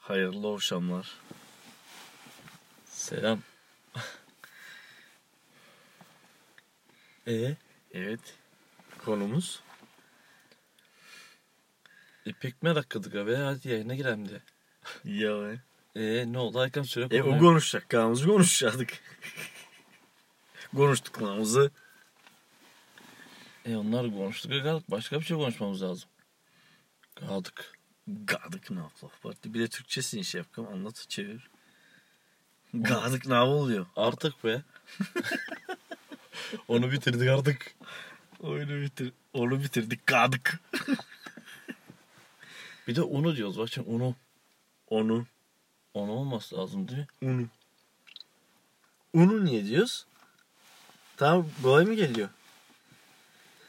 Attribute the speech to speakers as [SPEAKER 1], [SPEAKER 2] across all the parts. [SPEAKER 1] Hayırlı akşamlar.
[SPEAKER 2] Selam. Ee,
[SPEAKER 1] Evet. Konumuz
[SPEAKER 2] e, pek merak kıldık abi. Hadi yayına girelim de.
[SPEAKER 1] ya be.
[SPEAKER 2] Ee, ne oldu? Arkam süre
[SPEAKER 1] E o konuşacak kanımızı konuşacaktık. Konuştuklarımızı.
[SPEAKER 2] E, onlar konuştuk. E, kaldık. Başka bir şey konuşmamız lazım. Kaldık.
[SPEAKER 1] Gadık ne yaptı? Parti. Bir de Türkçesini şey yapalım. Anlat çevir. Gadık ne oluyor?
[SPEAKER 2] Artık be. Onu bitirdik artık.
[SPEAKER 1] Oyunu bitir. Onu bitirdik. Gadık.
[SPEAKER 2] Bir de onu diyoruz. Bak şimdi onu.
[SPEAKER 1] Onu.
[SPEAKER 2] Onu olması lazım değil mi?
[SPEAKER 1] Unu. Unu niye diyoruz? Tamam kolay mı geliyor?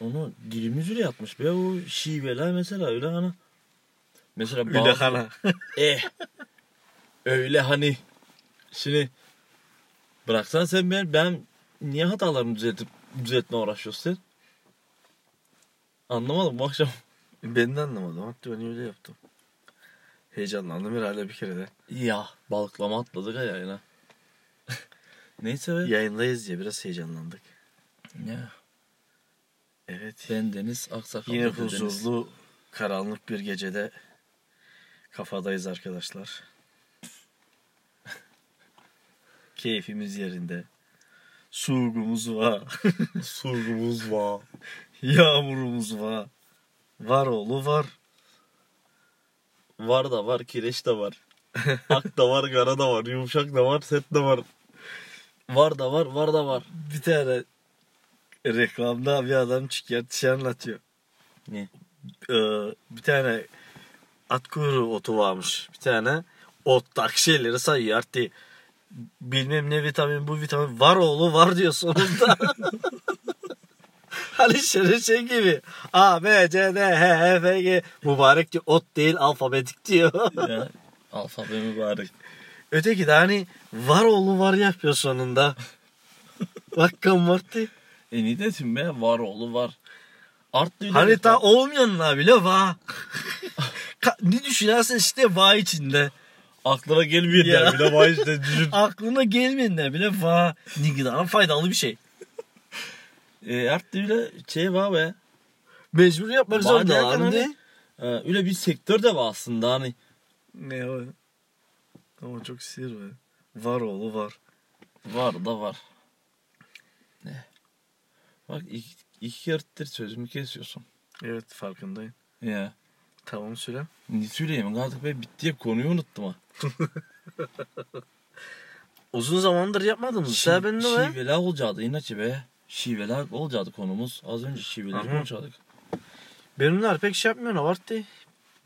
[SPEAKER 2] Onu dilimiz öyle yatmış be. O şiveler mesela öyle hani. Mesela
[SPEAKER 1] Öyle
[SPEAKER 2] bazı...
[SPEAKER 1] hala.
[SPEAKER 2] Eh. Öyle hani. Şimdi bıraksan sen ben, ben niye hatalarımı düzeltip düzeltme uğraşıyorsun? sen? Anlamadım bu akşam.
[SPEAKER 1] ben de anlamadım. Hatta ben öyle yaptım. Heyecanlandım herhalde bir kere de.
[SPEAKER 2] Ya balıklama atladık ha yayına. Neyse be.
[SPEAKER 1] Yayındayız diye biraz heyecanlandık.
[SPEAKER 2] Ya.
[SPEAKER 1] Evet.
[SPEAKER 2] Ben Deniz Aksakal.
[SPEAKER 1] Yine
[SPEAKER 2] Deniz.
[SPEAKER 1] huzurlu, karanlık bir gecede kafadayız arkadaşlar. Keyfimiz yerinde. Suyumuz var.
[SPEAKER 2] Sorgumuz var.
[SPEAKER 1] Yağmurumuz var. Var oğlu var.
[SPEAKER 2] Var da var, kireç de var. Ak da var, kara da var, yumuşak da var, sert de var. Var da var, var da var.
[SPEAKER 1] Bir tane reklamda bir adam çıkıyor şey anlatıyor.
[SPEAKER 2] Ne?
[SPEAKER 1] Ee, bir tane at kuyruğu otu varmış. Bir tane otlak şeyleri sayıyor. Artık bilmem ne vitamin bu vitamin var oğlu var diyor sonunda. hani şöyle şey gibi A, B, C, D, H, E, F, G mübarek diyor ot değil alfabetik diyor.
[SPEAKER 2] Ya, alfabe mübarek.
[SPEAKER 1] Öteki de hani var oğlu var yapıyor sonunda. Bak kan Marty.
[SPEAKER 2] E ne dedim be? Var oğlu var. Art
[SPEAKER 1] Hani
[SPEAKER 2] düğünü.
[SPEAKER 1] Harita olmayanına bile va. Ka- ne düşünersen işte va içinde.
[SPEAKER 2] Aklına gelmiyor ya.
[SPEAKER 1] Ya.
[SPEAKER 2] bile var işte düşün.
[SPEAKER 1] Aklına gelmeyenine bile va. Ne kadar faydalı bir şey.
[SPEAKER 2] E, art düğünü şey var be.
[SPEAKER 1] Mecbur yapmak
[SPEAKER 2] Va derken
[SPEAKER 1] zorunda.
[SPEAKER 2] hani- E, öyle bir sektör de var aslında hani.
[SPEAKER 1] Ne o? Ama çok sihir be. Var oğlu var.
[SPEAKER 2] Var da var. Ne? Bak iki, iki yırttır sözümü kesiyorsun.
[SPEAKER 1] Evet farkındayım.
[SPEAKER 2] Ya.
[SPEAKER 1] Tamam Sülem.
[SPEAKER 2] Ne söyleyeyim? Artık ben bitti ya konuyu unuttum ha.
[SPEAKER 1] Uzun zamandır yapmadınız. Sen ben de be.
[SPEAKER 2] Şiveler olacaktı inaçı be. Şiveler olacaktı konumuz. Az önce şiveler
[SPEAKER 1] Aha.
[SPEAKER 2] konuşadık.
[SPEAKER 1] Benimler pek şey yapmıyorsun. Avarttı.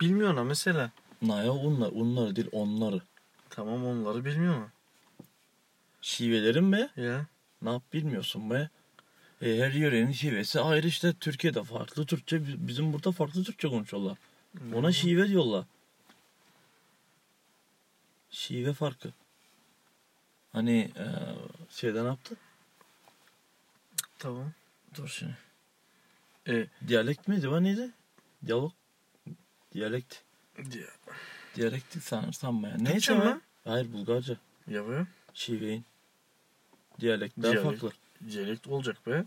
[SPEAKER 1] Bilmiyorsun ha mesela.
[SPEAKER 2] Naya onlar, onları değil onları.
[SPEAKER 1] Tamam onları bilmiyor mu?
[SPEAKER 2] Şivelerin be.
[SPEAKER 1] Ya.
[SPEAKER 2] Ne yap bilmiyorsun be. E, her yörenin şivesi ayrı işte Türkiye'de farklı Türkçe bi- bizim burada farklı Türkçe konuşuyorlar. Ona
[SPEAKER 1] şey-
[SPEAKER 2] şive diyorlar. Şive farkı. Hani e, şeyden yaptı?
[SPEAKER 1] Tamam.
[SPEAKER 2] Dur şimdi.
[SPEAKER 1] E,
[SPEAKER 2] Diyalekt miydi? O neydi? Diyalog. Diyalekt.
[SPEAKER 1] ya.
[SPEAKER 2] Diyalektik sanırsam ben. Neyse
[SPEAKER 1] mi?
[SPEAKER 2] mi? Hayır Bulgarca.
[SPEAKER 1] Ya be.
[SPEAKER 2] Şiveyin. Diyalektler
[SPEAKER 1] Diyalekt.
[SPEAKER 2] farklı.
[SPEAKER 1] Diyalekt olacak be.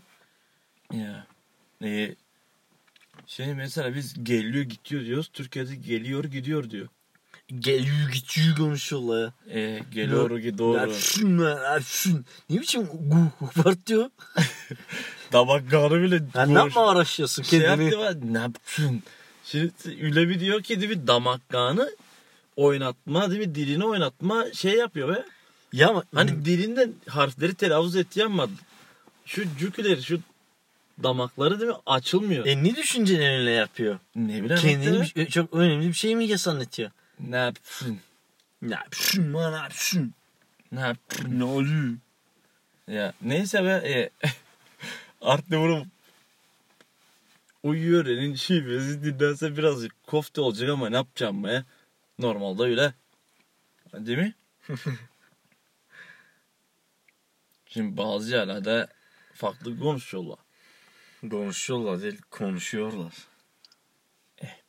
[SPEAKER 2] Ya. Ee, şey mesela biz geliyor gidiyor diyoruz. Türkiye'de geliyor gidiyor diyor.
[SPEAKER 1] Geliyor gidiyor konuşuyorlar ya.
[SPEAKER 2] Ee, geliyor gidiyor.
[SPEAKER 1] Ersin lan Ersin. Ne biçim guh var diyor.
[SPEAKER 2] Tabak garı bile.
[SPEAKER 1] Ya ne
[SPEAKER 2] konuş-
[SPEAKER 1] yapma araşıyorsun
[SPEAKER 2] Şey
[SPEAKER 1] kendini.
[SPEAKER 2] yaptı var. Ne yaptın? Şimdi öyle bir diyor ki değil mi damakkanı oynatma değil mi dilini oynatma şey yapıyor be.
[SPEAKER 1] ya ama Hmm.
[SPEAKER 2] Hani dilinden harfleri telaffuz ettiği ama şu cüküleri şu damakları değil mi açılmıyor.
[SPEAKER 1] e, ne düşüncelerinle yapıyor?
[SPEAKER 2] Ne bileyim
[SPEAKER 1] Kendini
[SPEAKER 2] hatta.
[SPEAKER 1] bir- e, çok önemli bir şey mi ya sanatıyor?
[SPEAKER 2] Ne yapsın?
[SPEAKER 1] Ne yapsın lan Ersin?
[SPEAKER 2] Ne yapsın?
[SPEAKER 1] Ne oluyor?
[SPEAKER 2] Ya neyse be e, Art Devor'un o yörenin şivesi dinlense birazcık kofte olacak ama ne yapacağım be? Normalde öyle. Değil mi? Şimdi bazı yerlerde farklı konuşuyorlar.
[SPEAKER 1] Konuşuyorlar değil konuşuyorlar.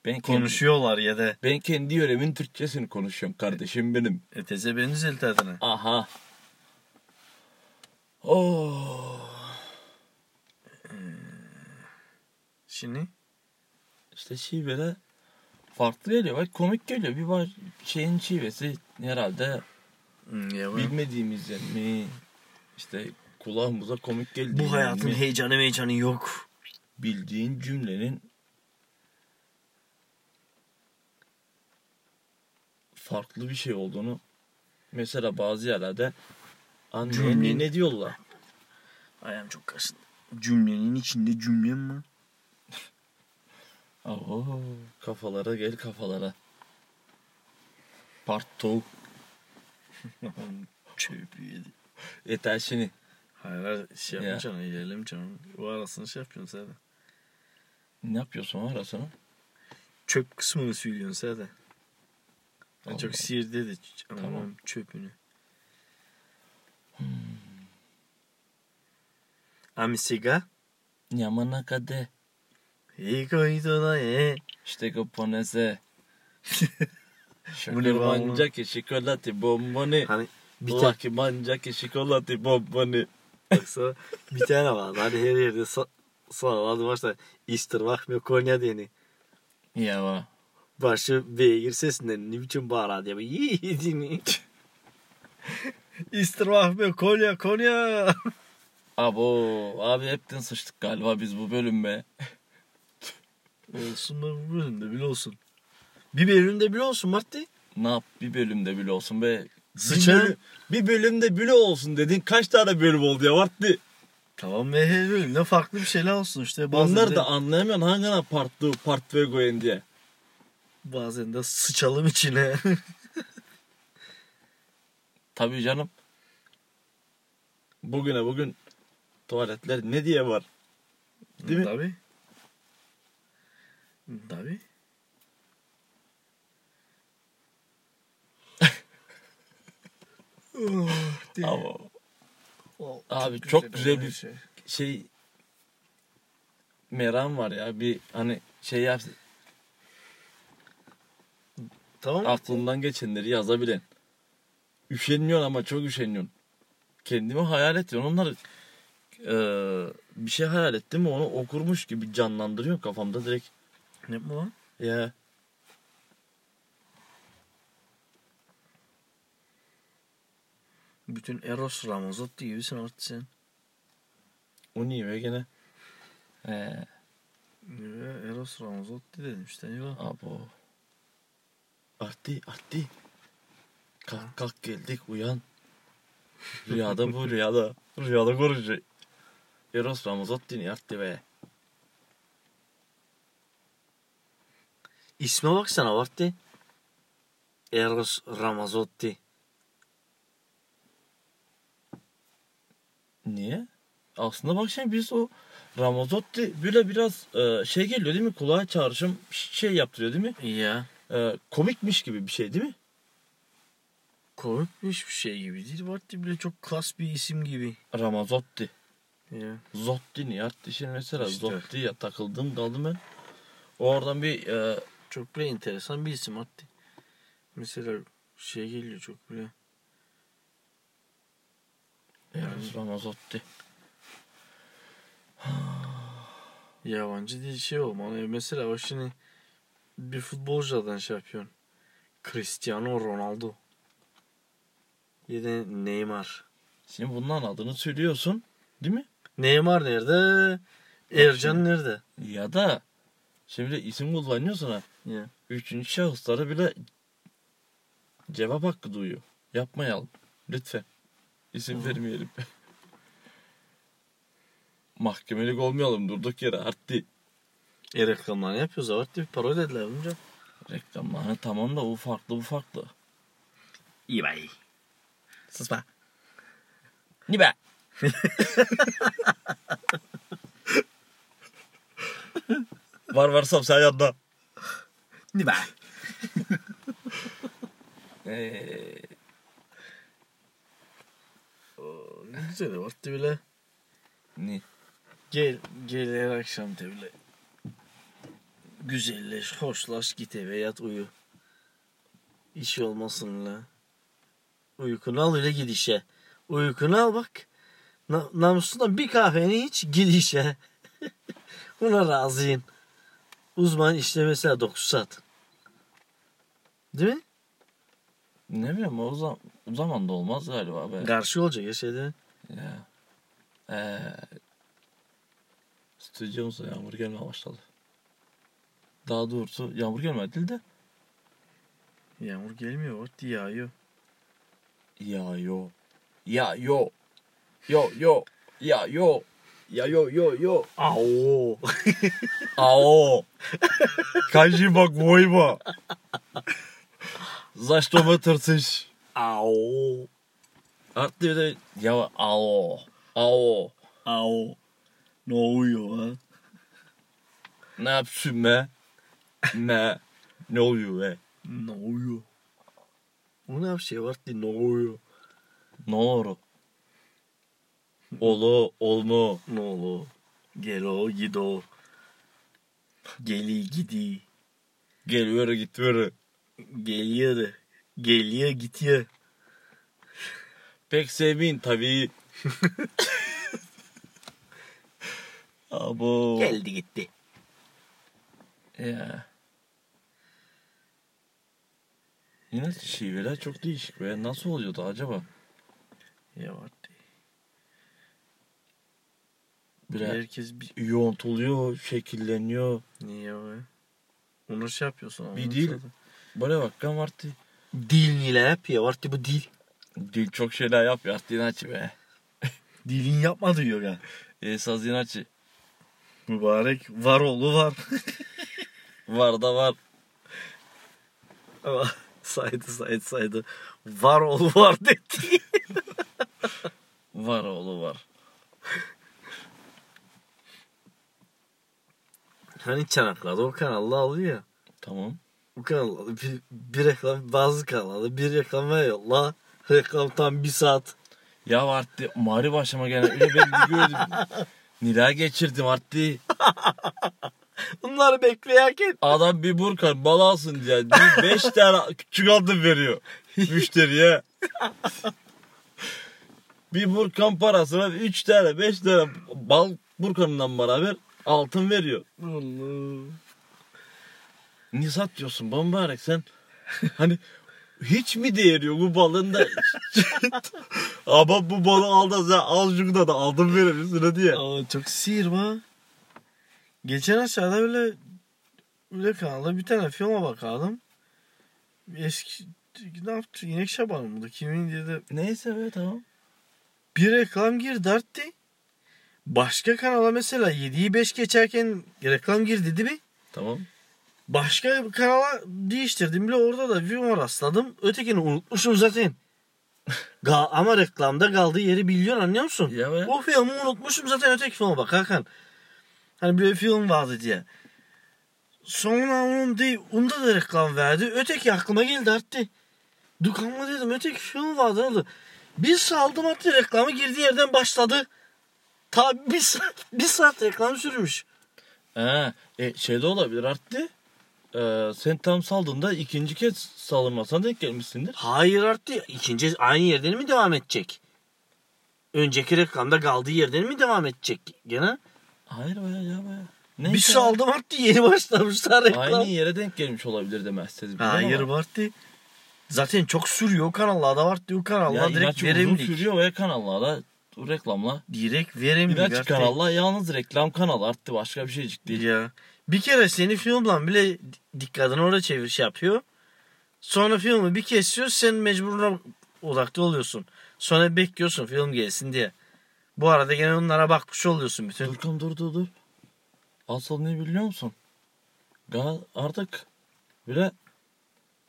[SPEAKER 2] Ben kendi,
[SPEAKER 1] Konuşuyorlar ya da
[SPEAKER 2] ben kendi yöremin Türkçesini konuşuyorum kardeşim benim.
[SPEAKER 1] öteze benzil tadına.
[SPEAKER 2] Aha. Oh.
[SPEAKER 1] Şimdi
[SPEAKER 2] İşte şivele farklı geliyor. Bak komik geliyor. Bir var şeyin şivesi herhalde
[SPEAKER 1] hmm, ya bu-
[SPEAKER 2] bilmediğimiz yani mi? İşte kulağımıza komik geldi.
[SPEAKER 1] bu hayatın
[SPEAKER 2] mi?
[SPEAKER 1] heyecanı heyecanı yok.
[SPEAKER 2] bildiğin cümlenin farklı bir şey olduğunu mesela bazı yerlerde anne
[SPEAKER 1] Cümlenin-
[SPEAKER 2] anne ne diyorlar?
[SPEAKER 1] Ayağım çok kaşındı. Cümlenin içinde cümlem var.
[SPEAKER 2] Oho, kafalara gel kafalara. Part 2.
[SPEAKER 1] Çöpü yedi.
[SPEAKER 2] Yeter şimdi.
[SPEAKER 1] Hayır hayır, şey
[SPEAKER 2] Ya.
[SPEAKER 1] yapmayacaksın, ilerlemeyeceksin. Bu arasını şey yapıyorsun sen de.
[SPEAKER 2] Ne yapıyorsun ara sana?
[SPEAKER 1] Çöp kısmını söylüyorsun sen de. Ben
[SPEAKER 2] Allah.
[SPEAKER 1] çok sihir dedi. ç-
[SPEAKER 2] Tamam. Hmm.
[SPEAKER 1] Aman çöpünü. Amisiga.
[SPEAKER 2] Yamana kade.
[SPEAKER 1] İyi koydu da ye.
[SPEAKER 2] İşte kapanese.
[SPEAKER 1] Bu ne
[SPEAKER 2] Şokur
[SPEAKER 1] be
[SPEAKER 2] manca ki şokolati bomboni.
[SPEAKER 1] Hani bir
[SPEAKER 2] Bir
[SPEAKER 1] tane
[SPEAKER 2] Lucky manca ki şokolati bomboni.
[SPEAKER 1] yoksa bir tane vardı. Hani her yerde sa sarılardı başta. İstirvak mı Konya diyeni.
[SPEAKER 2] Ya va.
[SPEAKER 1] Başı beygir sesinden ne biçim bağırar diye. Yiğidini. İstirvak mı Konya Konya.
[SPEAKER 2] Abo abi hepten sıçtık galiba biz bu bölüm be.
[SPEAKER 1] Olsun da bu bölümde bile olsun. Bir bölümde bile olsun Marti.
[SPEAKER 2] Ne yap bir bölümde bile olsun be.
[SPEAKER 1] Sıçan.
[SPEAKER 2] Bir, bölüm- bir bölümde bile olsun dedin kaç tane bölüm oldu ya Vartti.
[SPEAKER 1] Tamam be her bölümde farklı bir şeyler olsun işte. Bazen
[SPEAKER 2] Onlar
[SPEAKER 1] de,
[SPEAKER 2] da anlayamıyorsun hangana part 2 part 3 koyun diye.
[SPEAKER 1] bazen de sıçalım içine.
[SPEAKER 2] Tabii canım. Bugüne bugün tuvaletler ne diye var? Değil mi?
[SPEAKER 1] Tabii. Tabii. Oh, değil.
[SPEAKER 2] Ama
[SPEAKER 1] Oh,
[SPEAKER 2] abi çok güzel
[SPEAKER 1] olan
[SPEAKER 2] bir- şey meram var ya bir hani şey yap
[SPEAKER 1] Tamam mı?
[SPEAKER 2] aklından geçenleri yazabilen. Üşenmiyorsun ama çok üşeniyorsun. Kendimi hayal ediyorum. Onları eee, bir şey hayal ettim mi onu okurmuş gibi canlandırıyor kafamda direkt.
[SPEAKER 1] Ne bu lan?
[SPEAKER 2] Ya
[SPEAKER 1] Bütün Eros Ramazzotti gibisin artık sen.
[SPEAKER 2] o niye be gene? Ee,
[SPEAKER 1] Ya, Eros Ramazzotti dedim işte. Ya.
[SPEAKER 2] abo. Artti artti. Kalk kalk geldik uyan. Rüyada bu rüyada. Rüyada görünce. Eros Ramazotti'ni arttı be.
[SPEAKER 1] İsme baksana Vartti. Eros Ramazzotti.
[SPEAKER 2] Niye? Aslında bak şimdi biz o Ramazotti böyle biraz e, şey geliyor değil mi? Kulağa çağrışım şey yaptırıyor değil mi?
[SPEAKER 1] Ya.
[SPEAKER 2] E, komikmiş gibi bir şey değil mi?
[SPEAKER 1] Komikmiş bir şey gibi değil. Vartti bile çok klas bir isim gibi.
[SPEAKER 2] Ramazotti.
[SPEAKER 1] Ya.
[SPEAKER 2] Zotti niye? Artık şimdi mesela
[SPEAKER 1] İşte.
[SPEAKER 2] Zotti ya takıldım kaldım ben. Oradan bir e,
[SPEAKER 1] Çok bile enteresan bir isim Vartti. Mesela şey geliyor çok bile.
[SPEAKER 2] Eros Ramazotti.
[SPEAKER 1] Yabancı değil şey olmalı. Mesela bak şimdi bir futbolcudan şey yapıyorsun. Cristiano Ronaldo. Ya da Neymar.
[SPEAKER 2] Şimdi bunların adını söylüyorsun değil mi?
[SPEAKER 1] Neymar nerede? Ercan nerede?
[SPEAKER 2] Ya da şimdi isim kullanıyorsun ha.
[SPEAKER 1] Ya.
[SPEAKER 2] Üçüncü şahıslara bile cevap hakkı duyuyor. Yapmayalım. Lütfen. İsim
[SPEAKER 1] Hı.
[SPEAKER 2] vermeyelim. Mahkemelik olmayalım durduk yere arttı.
[SPEAKER 1] E reklamlarını yapıyoruz. Vartti bir parol dediler bunca.
[SPEAKER 2] Reklamlarını tamam da bu farklı bu farklı.
[SPEAKER 1] İyi bay.
[SPEAKER 2] Sus be. Ni be. var varsam sen yanına.
[SPEAKER 1] Ni bay.
[SPEAKER 2] Ee,
[SPEAKER 1] Ne güzel Vartti bile.
[SPEAKER 2] ni.
[SPEAKER 1] Gel, gel her akşam de bile. Güzelleş, hoşlaş, git eve yat uyu. İş olmasın la. Uykunu al öyle git işe. Uykunu al bak. Na- namusuna bir kahveni iç git işe. Buna razıyım. Uzman işte mesela 9 saat. Değil mi?
[SPEAKER 2] Ne bileyim o, zaman, o zaman da olmaz galiba be.
[SPEAKER 1] Karşı olacak ya şey değil mi?
[SPEAKER 2] Ya. Ee, stüdyomuzda yağmur gelmeye başladı. Daha doğrusu yağmur gelmedi değil de.
[SPEAKER 1] Yağmur gelmiyor. Ot yağıyor.
[SPEAKER 2] Ya yo. Ya yo. Yo yo. Ya yo. Ya yo yo yo.
[SPEAKER 1] Au.
[SPEAKER 2] Ao. Kajiba gojba. Zašto me trciš?
[SPEAKER 1] Au.
[SPEAKER 2] Artık bir de ya ao. Ao.
[SPEAKER 1] Au. Ne oluyor ha?
[SPEAKER 2] Ne yapıyorsun be? Ne? Ne oluyor be?
[SPEAKER 1] Ne oluyor? Bu ne bir şey var ki ne oluyor?
[SPEAKER 2] Ne olur? Olu, olmu.
[SPEAKER 1] Ne oluyor? Gel o gid o. Geli gidi.
[SPEAKER 2] Geliyor gidiyor.
[SPEAKER 1] Geliyor. Geliyor gidiyor.
[SPEAKER 2] Pek sevin tabii. Abo.
[SPEAKER 1] Geldi gitti.
[SPEAKER 2] Ya. Yine şiveler çok değişik be. Nasıl oluyordu acaba?
[SPEAKER 1] Ya var ki.
[SPEAKER 2] Böyle
[SPEAKER 1] Herkes bir...
[SPEAKER 2] yoğuntuluyor, şekilleniyor.
[SPEAKER 1] Niye be? Onu şey yapıyorsun. ama
[SPEAKER 2] Bir dil. Böyle bak kan vardı.
[SPEAKER 1] Dil ile yap ya var ki bu dil.
[SPEAKER 2] Dil çok şeyler yap ya. Dinaçı be.
[SPEAKER 1] Dilin yapma diyor ya.
[SPEAKER 2] Esas dinaçı.
[SPEAKER 1] Mübarek var oğlu var.
[SPEAKER 2] Var da var.
[SPEAKER 1] Ama saydı saydı saydı. Var oğlu var dedi.
[SPEAKER 2] Var oğlu var.
[SPEAKER 1] Hani Çanakkale'da o kanalda alıyor ya.
[SPEAKER 2] Tamam.
[SPEAKER 1] Bu kanalda bir, bir reklam bazı kanalda bir reklam veriyor. La reklam tam bir saat.
[SPEAKER 2] Ya vardı. Mari başıma gelen öyle bir gördüm. Nila geçirdim vardı.
[SPEAKER 1] Bunları beklerken
[SPEAKER 2] Adam bir burkar bal alsın diye 5 tane küçük adım veriyor müşteriye. bir burkan parasına 3 tane 5 tane bal burkanından beraber altın veriyor.
[SPEAKER 1] Allah.
[SPEAKER 2] Nisat diyorsun bombarek sen hani hiç mi değeri yok bu balın da ama bu balı al da sen azıcık da da altın verirsin diye.
[SPEAKER 1] Aa, çok sihirma. Geçen aşağıda öyle öyle kanalda bir tane filma bakalım. Eski ne yaptı? İnek Şaban mıydı? Kimin diye de
[SPEAKER 2] Neyse be tamam.
[SPEAKER 1] bir reklam gir dertti. Başka kanala mesela 7'yi 5 geçerken reklam gir dedi bir.
[SPEAKER 2] Tamam.
[SPEAKER 1] Başka bir kanala değiştirdim bile orada da view'a rastladım. Ötekini unutmuşum zaten. Ga- ama reklamda kaldığı yeri biliyorsun anlıyor musun?
[SPEAKER 2] Ya be.
[SPEAKER 1] O filmi unutmuşum zaten öteki filme bak Hakan. Hani bir film vardı diye. Sonra onun değil, onda da reklam verdi. Öteki aklıma geldi arttı. Dukanma dedim öteki film vardı oldu. Bir saldım attı reklamı girdiği yerden başladı. Ta bir saat, bir saat reklam sürmüş.
[SPEAKER 2] Ha, e, şey de olabilir arttı. Ee, sen tam saldığında ikinci kez saldırmasına denk gelmişsindir.
[SPEAKER 1] Hayır arttı. İkinci aynı yerden mi devam edecek? Önceki reklamda kaldığı yerden mi devam edecek gene?
[SPEAKER 2] Hayır baya ya şey baya.
[SPEAKER 1] Bir saldım arttı yeni başlamışlar reklam.
[SPEAKER 2] Aynı yere denk gelmiş olabilir demezsiniz.
[SPEAKER 1] Hayır Barty. Zaten çok sürüyor kanallarda Barty. O kanallar
[SPEAKER 2] Ya
[SPEAKER 1] direkt
[SPEAKER 2] direkt uzun
[SPEAKER 1] verimlilik.
[SPEAKER 2] sürüyor ve kanallara o reklamla.
[SPEAKER 1] Direkt verimlilik.
[SPEAKER 2] İlaç
[SPEAKER 1] Barty.
[SPEAKER 2] kanalla yalnız reklam kanalı arttı başka bir şey şeycik değil.
[SPEAKER 1] Ya. Bir kere seni filmle bile dikkatini orada çevir şey yapıyor. Sonra filmi bir kesiyor sen mecburuna odaklı oluyorsun. Sonra bekliyorsun film gelsin diye. Bu arada gene onlara bakmış oluyorsun bütün.
[SPEAKER 2] Durkan dur dur dur. Asıl ne biliyor musun? Gal artık bile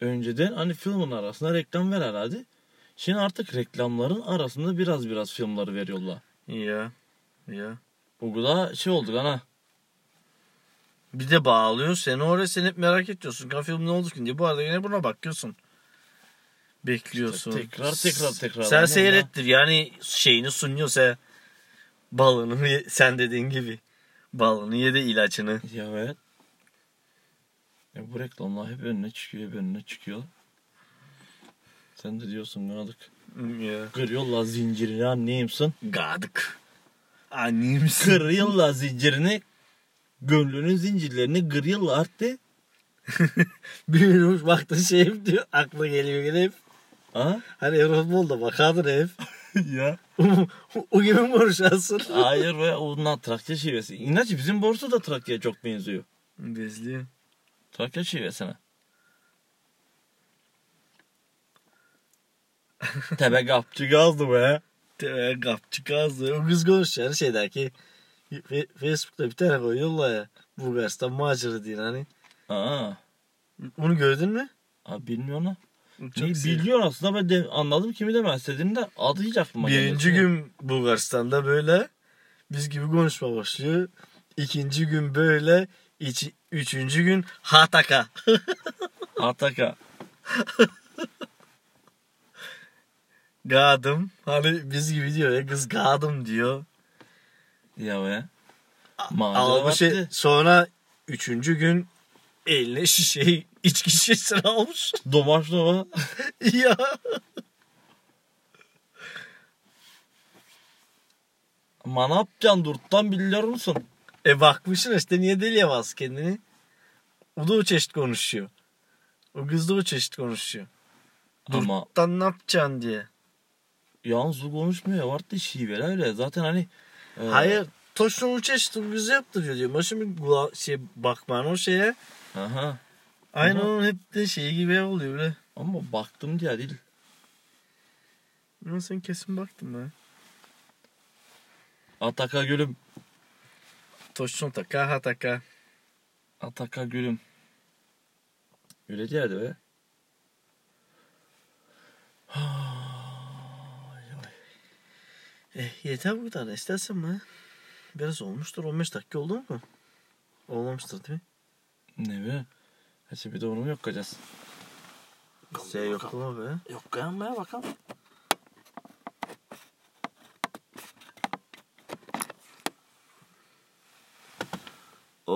[SPEAKER 2] önceden hani filmin arasında reklam ver herhalde. Şimdi artık reklamların arasında biraz biraz filmleri veriyorlar.
[SPEAKER 1] Ya. Ya.
[SPEAKER 2] O kadar şey oldu ana.
[SPEAKER 1] Bir de bağlıyor seni oraya sen hep merak ediyorsun. Kan film ne oldu ki diye. Bu arada yine buna bakıyorsun. Bekliyorsun.
[SPEAKER 2] Tekrar, tekrar, tekrar.
[SPEAKER 1] Sen
[SPEAKER 2] Ama
[SPEAKER 1] seyrettir. Yani şeyini sunuyorsa balını ye- sen dediğin gibi. Balını ye de ilaçını.
[SPEAKER 2] Ya evet. Ya bu reklamlar hep önüne çıkıyor, hep önüne çıkıyor. Sen de diyorsun gınadık.
[SPEAKER 1] Ya.
[SPEAKER 2] Kırıyorlar zincirini anneyimsin.
[SPEAKER 1] Gadık. Annemsin.
[SPEAKER 2] Kırıyorlar zincirini. Gönlünün zincirlerini kırıyorlar arttı.
[SPEAKER 1] Büyümüş baktı şey hep diyor. Akla geliyor gene hep.
[SPEAKER 2] Ha?
[SPEAKER 1] Hani Erol Bol da bakardın hep.
[SPEAKER 2] ya.
[SPEAKER 1] o gibi mi konuşarsın?
[SPEAKER 2] Hayır ve ondan Trakya şivesi. İnaç bizim borsu da Trakya'ya çok benziyor.
[SPEAKER 1] Bezliyor.
[SPEAKER 2] Trakya şivesine. Tebe kapçı gazdı be.
[SPEAKER 1] Tövbe kapçı kazdı. O kız konuşuyor. Şey der ki Fe- Facebook'ta bir tane koyuyorlar ya. Bulgaristan macera diye hani.
[SPEAKER 2] Aa.
[SPEAKER 1] Onu gördün mü?
[SPEAKER 2] Abi bilmiyor lan.
[SPEAKER 1] Çok
[SPEAKER 2] Ne
[SPEAKER 1] sev-
[SPEAKER 2] biliyor aslında ben de, anladım kimi demek istediğini de adı hiç aklıma
[SPEAKER 1] Birinci
[SPEAKER 2] gelmedi.
[SPEAKER 1] gün Bulgaristan'da böyle biz gibi konuşma başlıyor. İkinci gün böyle. içi- üçüncü gün hataka.
[SPEAKER 2] Ataka.
[SPEAKER 1] Gadım. Hani biz gibi diyor ya kız gadım diyor.
[SPEAKER 2] Ya be.
[SPEAKER 1] Ama bu
[SPEAKER 2] Macera
[SPEAKER 1] şey
[SPEAKER 2] battı.
[SPEAKER 1] sonra üçüncü gün eline şişeyi içki şişesini almış.
[SPEAKER 2] Domaşlova.
[SPEAKER 1] ya.
[SPEAKER 2] Mana yapacaksın durttan biliyor musun?
[SPEAKER 1] E bakmışsın işte niye deli yapamaz kendini. O da o çeşit konuşuyor. O kız da o çeşit konuşuyor.
[SPEAKER 2] Ama
[SPEAKER 1] Lan ne yapacaksın diye.
[SPEAKER 2] yalnız bu konuşmuyor. Vardı şiveler öyle. Zaten hani. e,
[SPEAKER 1] Hayır. Toşun o çeşit o kızı yaptırıyor diyor. Ama şimdi kula- şey, bakman o şeye.
[SPEAKER 2] Aha.
[SPEAKER 1] Aynı
[SPEAKER 2] Ama-
[SPEAKER 1] onun hep de şeyi gibi oluyor böyle.
[SPEAKER 2] Ama baktım diye değil.
[SPEAKER 1] Ama sen kesin baktın be.
[SPEAKER 2] Ataka gülüm.
[SPEAKER 1] Toşun taka ha taka.
[SPEAKER 2] Ataka gülüm. Öyle diyordu be.
[SPEAKER 1] Eh, yeter bu kadar. İstersen mi? Biraz olmuştur. 15 dakika oldu mu? Olmamıştır değil mi?
[SPEAKER 2] Ne be? Hadi bir de onu mu yakacağız?
[SPEAKER 1] Şey yok mu be?
[SPEAKER 3] Yok beğenmeye bakalım.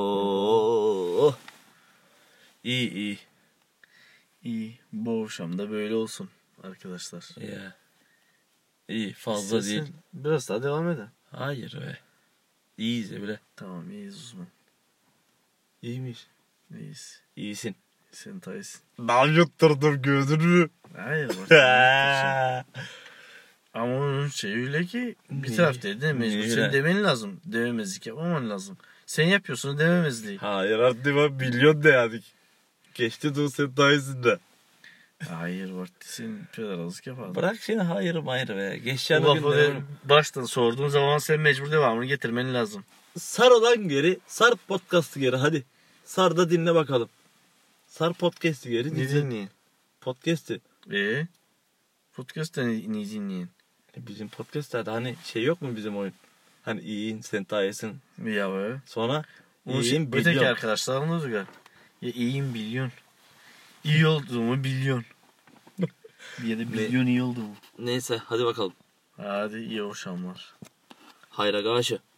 [SPEAKER 2] Oo. İyi iyi.
[SPEAKER 1] İyi. Bu akşam da böyle olsun arkadaşlar.
[SPEAKER 2] Ya. İyi fazla
[SPEAKER 1] İstersen
[SPEAKER 2] değil.
[SPEAKER 1] Biraz daha devam edelim.
[SPEAKER 2] Hayır be. İyiyiz ya bile.
[SPEAKER 1] Tamam iyiyiz uzman.
[SPEAKER 2] İyiymiş.
[SPEAKER 1] İyiyiz.
[SPEAKER 2] İyisin.
[SPEAKER 1] Sen Tayyip'sin.
[SPEAKER 2] Ben yutturdım gözünü.
[SPEAKER 1] Hayır bak. Ama onun şey öyle ki bir
[SPEAKER 2] Neyi?
[SPEAKER 1] taraf dedi de mecbur.
[SPEAKER 2] Neyi
[SPEAKER 1] Sen
[SPEAKER 2] öyle?
[SPEAKER 1] demen lazım. Dememezlik yapmaman lazım. Sen yapıyorsun dememezliği.
[SPEAKER 2] Hayır artık ben milyon dedik. Geçti de o senin dayısında.
[SPEAKER 1] Hayır bak sen pederazlık yapardın.
[SPEAKER 2] Bırak seni hayır hayır be. Geçen
[SPEAKER 1] Bu
[SPEAKER 2] gün
[SPEAKER 1] lafı
[SPEAKER 2] de...
[SPEAKER 1] baştan sorduğun zaman sen mecbur devamını getirmen lazım.
[SPEAKER 2] Sar olan geri. Sar podcast'ı geri hadi. Sar da dinle bakalım. Sar podcast'ı geri.
[SPEAKER 1] Ne
[SPEAKER 2] Dinle.
[SPEAKER 1] dinleyin?
[SPEAKER 2] Podcast'ı.
[SPEAKER 1] Eee? Podcast'ta ne, ne dinleyin?
[SPEAKER 2] E Bizim podcast'larda hani şey yok mu bizim oyun? Hani iyiyin sen tayesin.
[SPEAKER 1] Ya be.
[SPEAKER 2] Sonra
[SPEAKER 1] Onu
[SPEAKER 2] iyiyim
[SPEAKER 1] şey, öteki
[SPEAKER 2] biliyorum.
[SPEAKER 1] arkadaşlarımla duyar. Ya iyiyim bilyon. İyi olduğumu bilyon. ya da bilyon iyi olduğumu.
[SPEAKER 2] Neyse hadi bakalım.
[SPEAKER 1] Hadi iyi akşamlar.
[SPEAKER 2] Hayra karşı.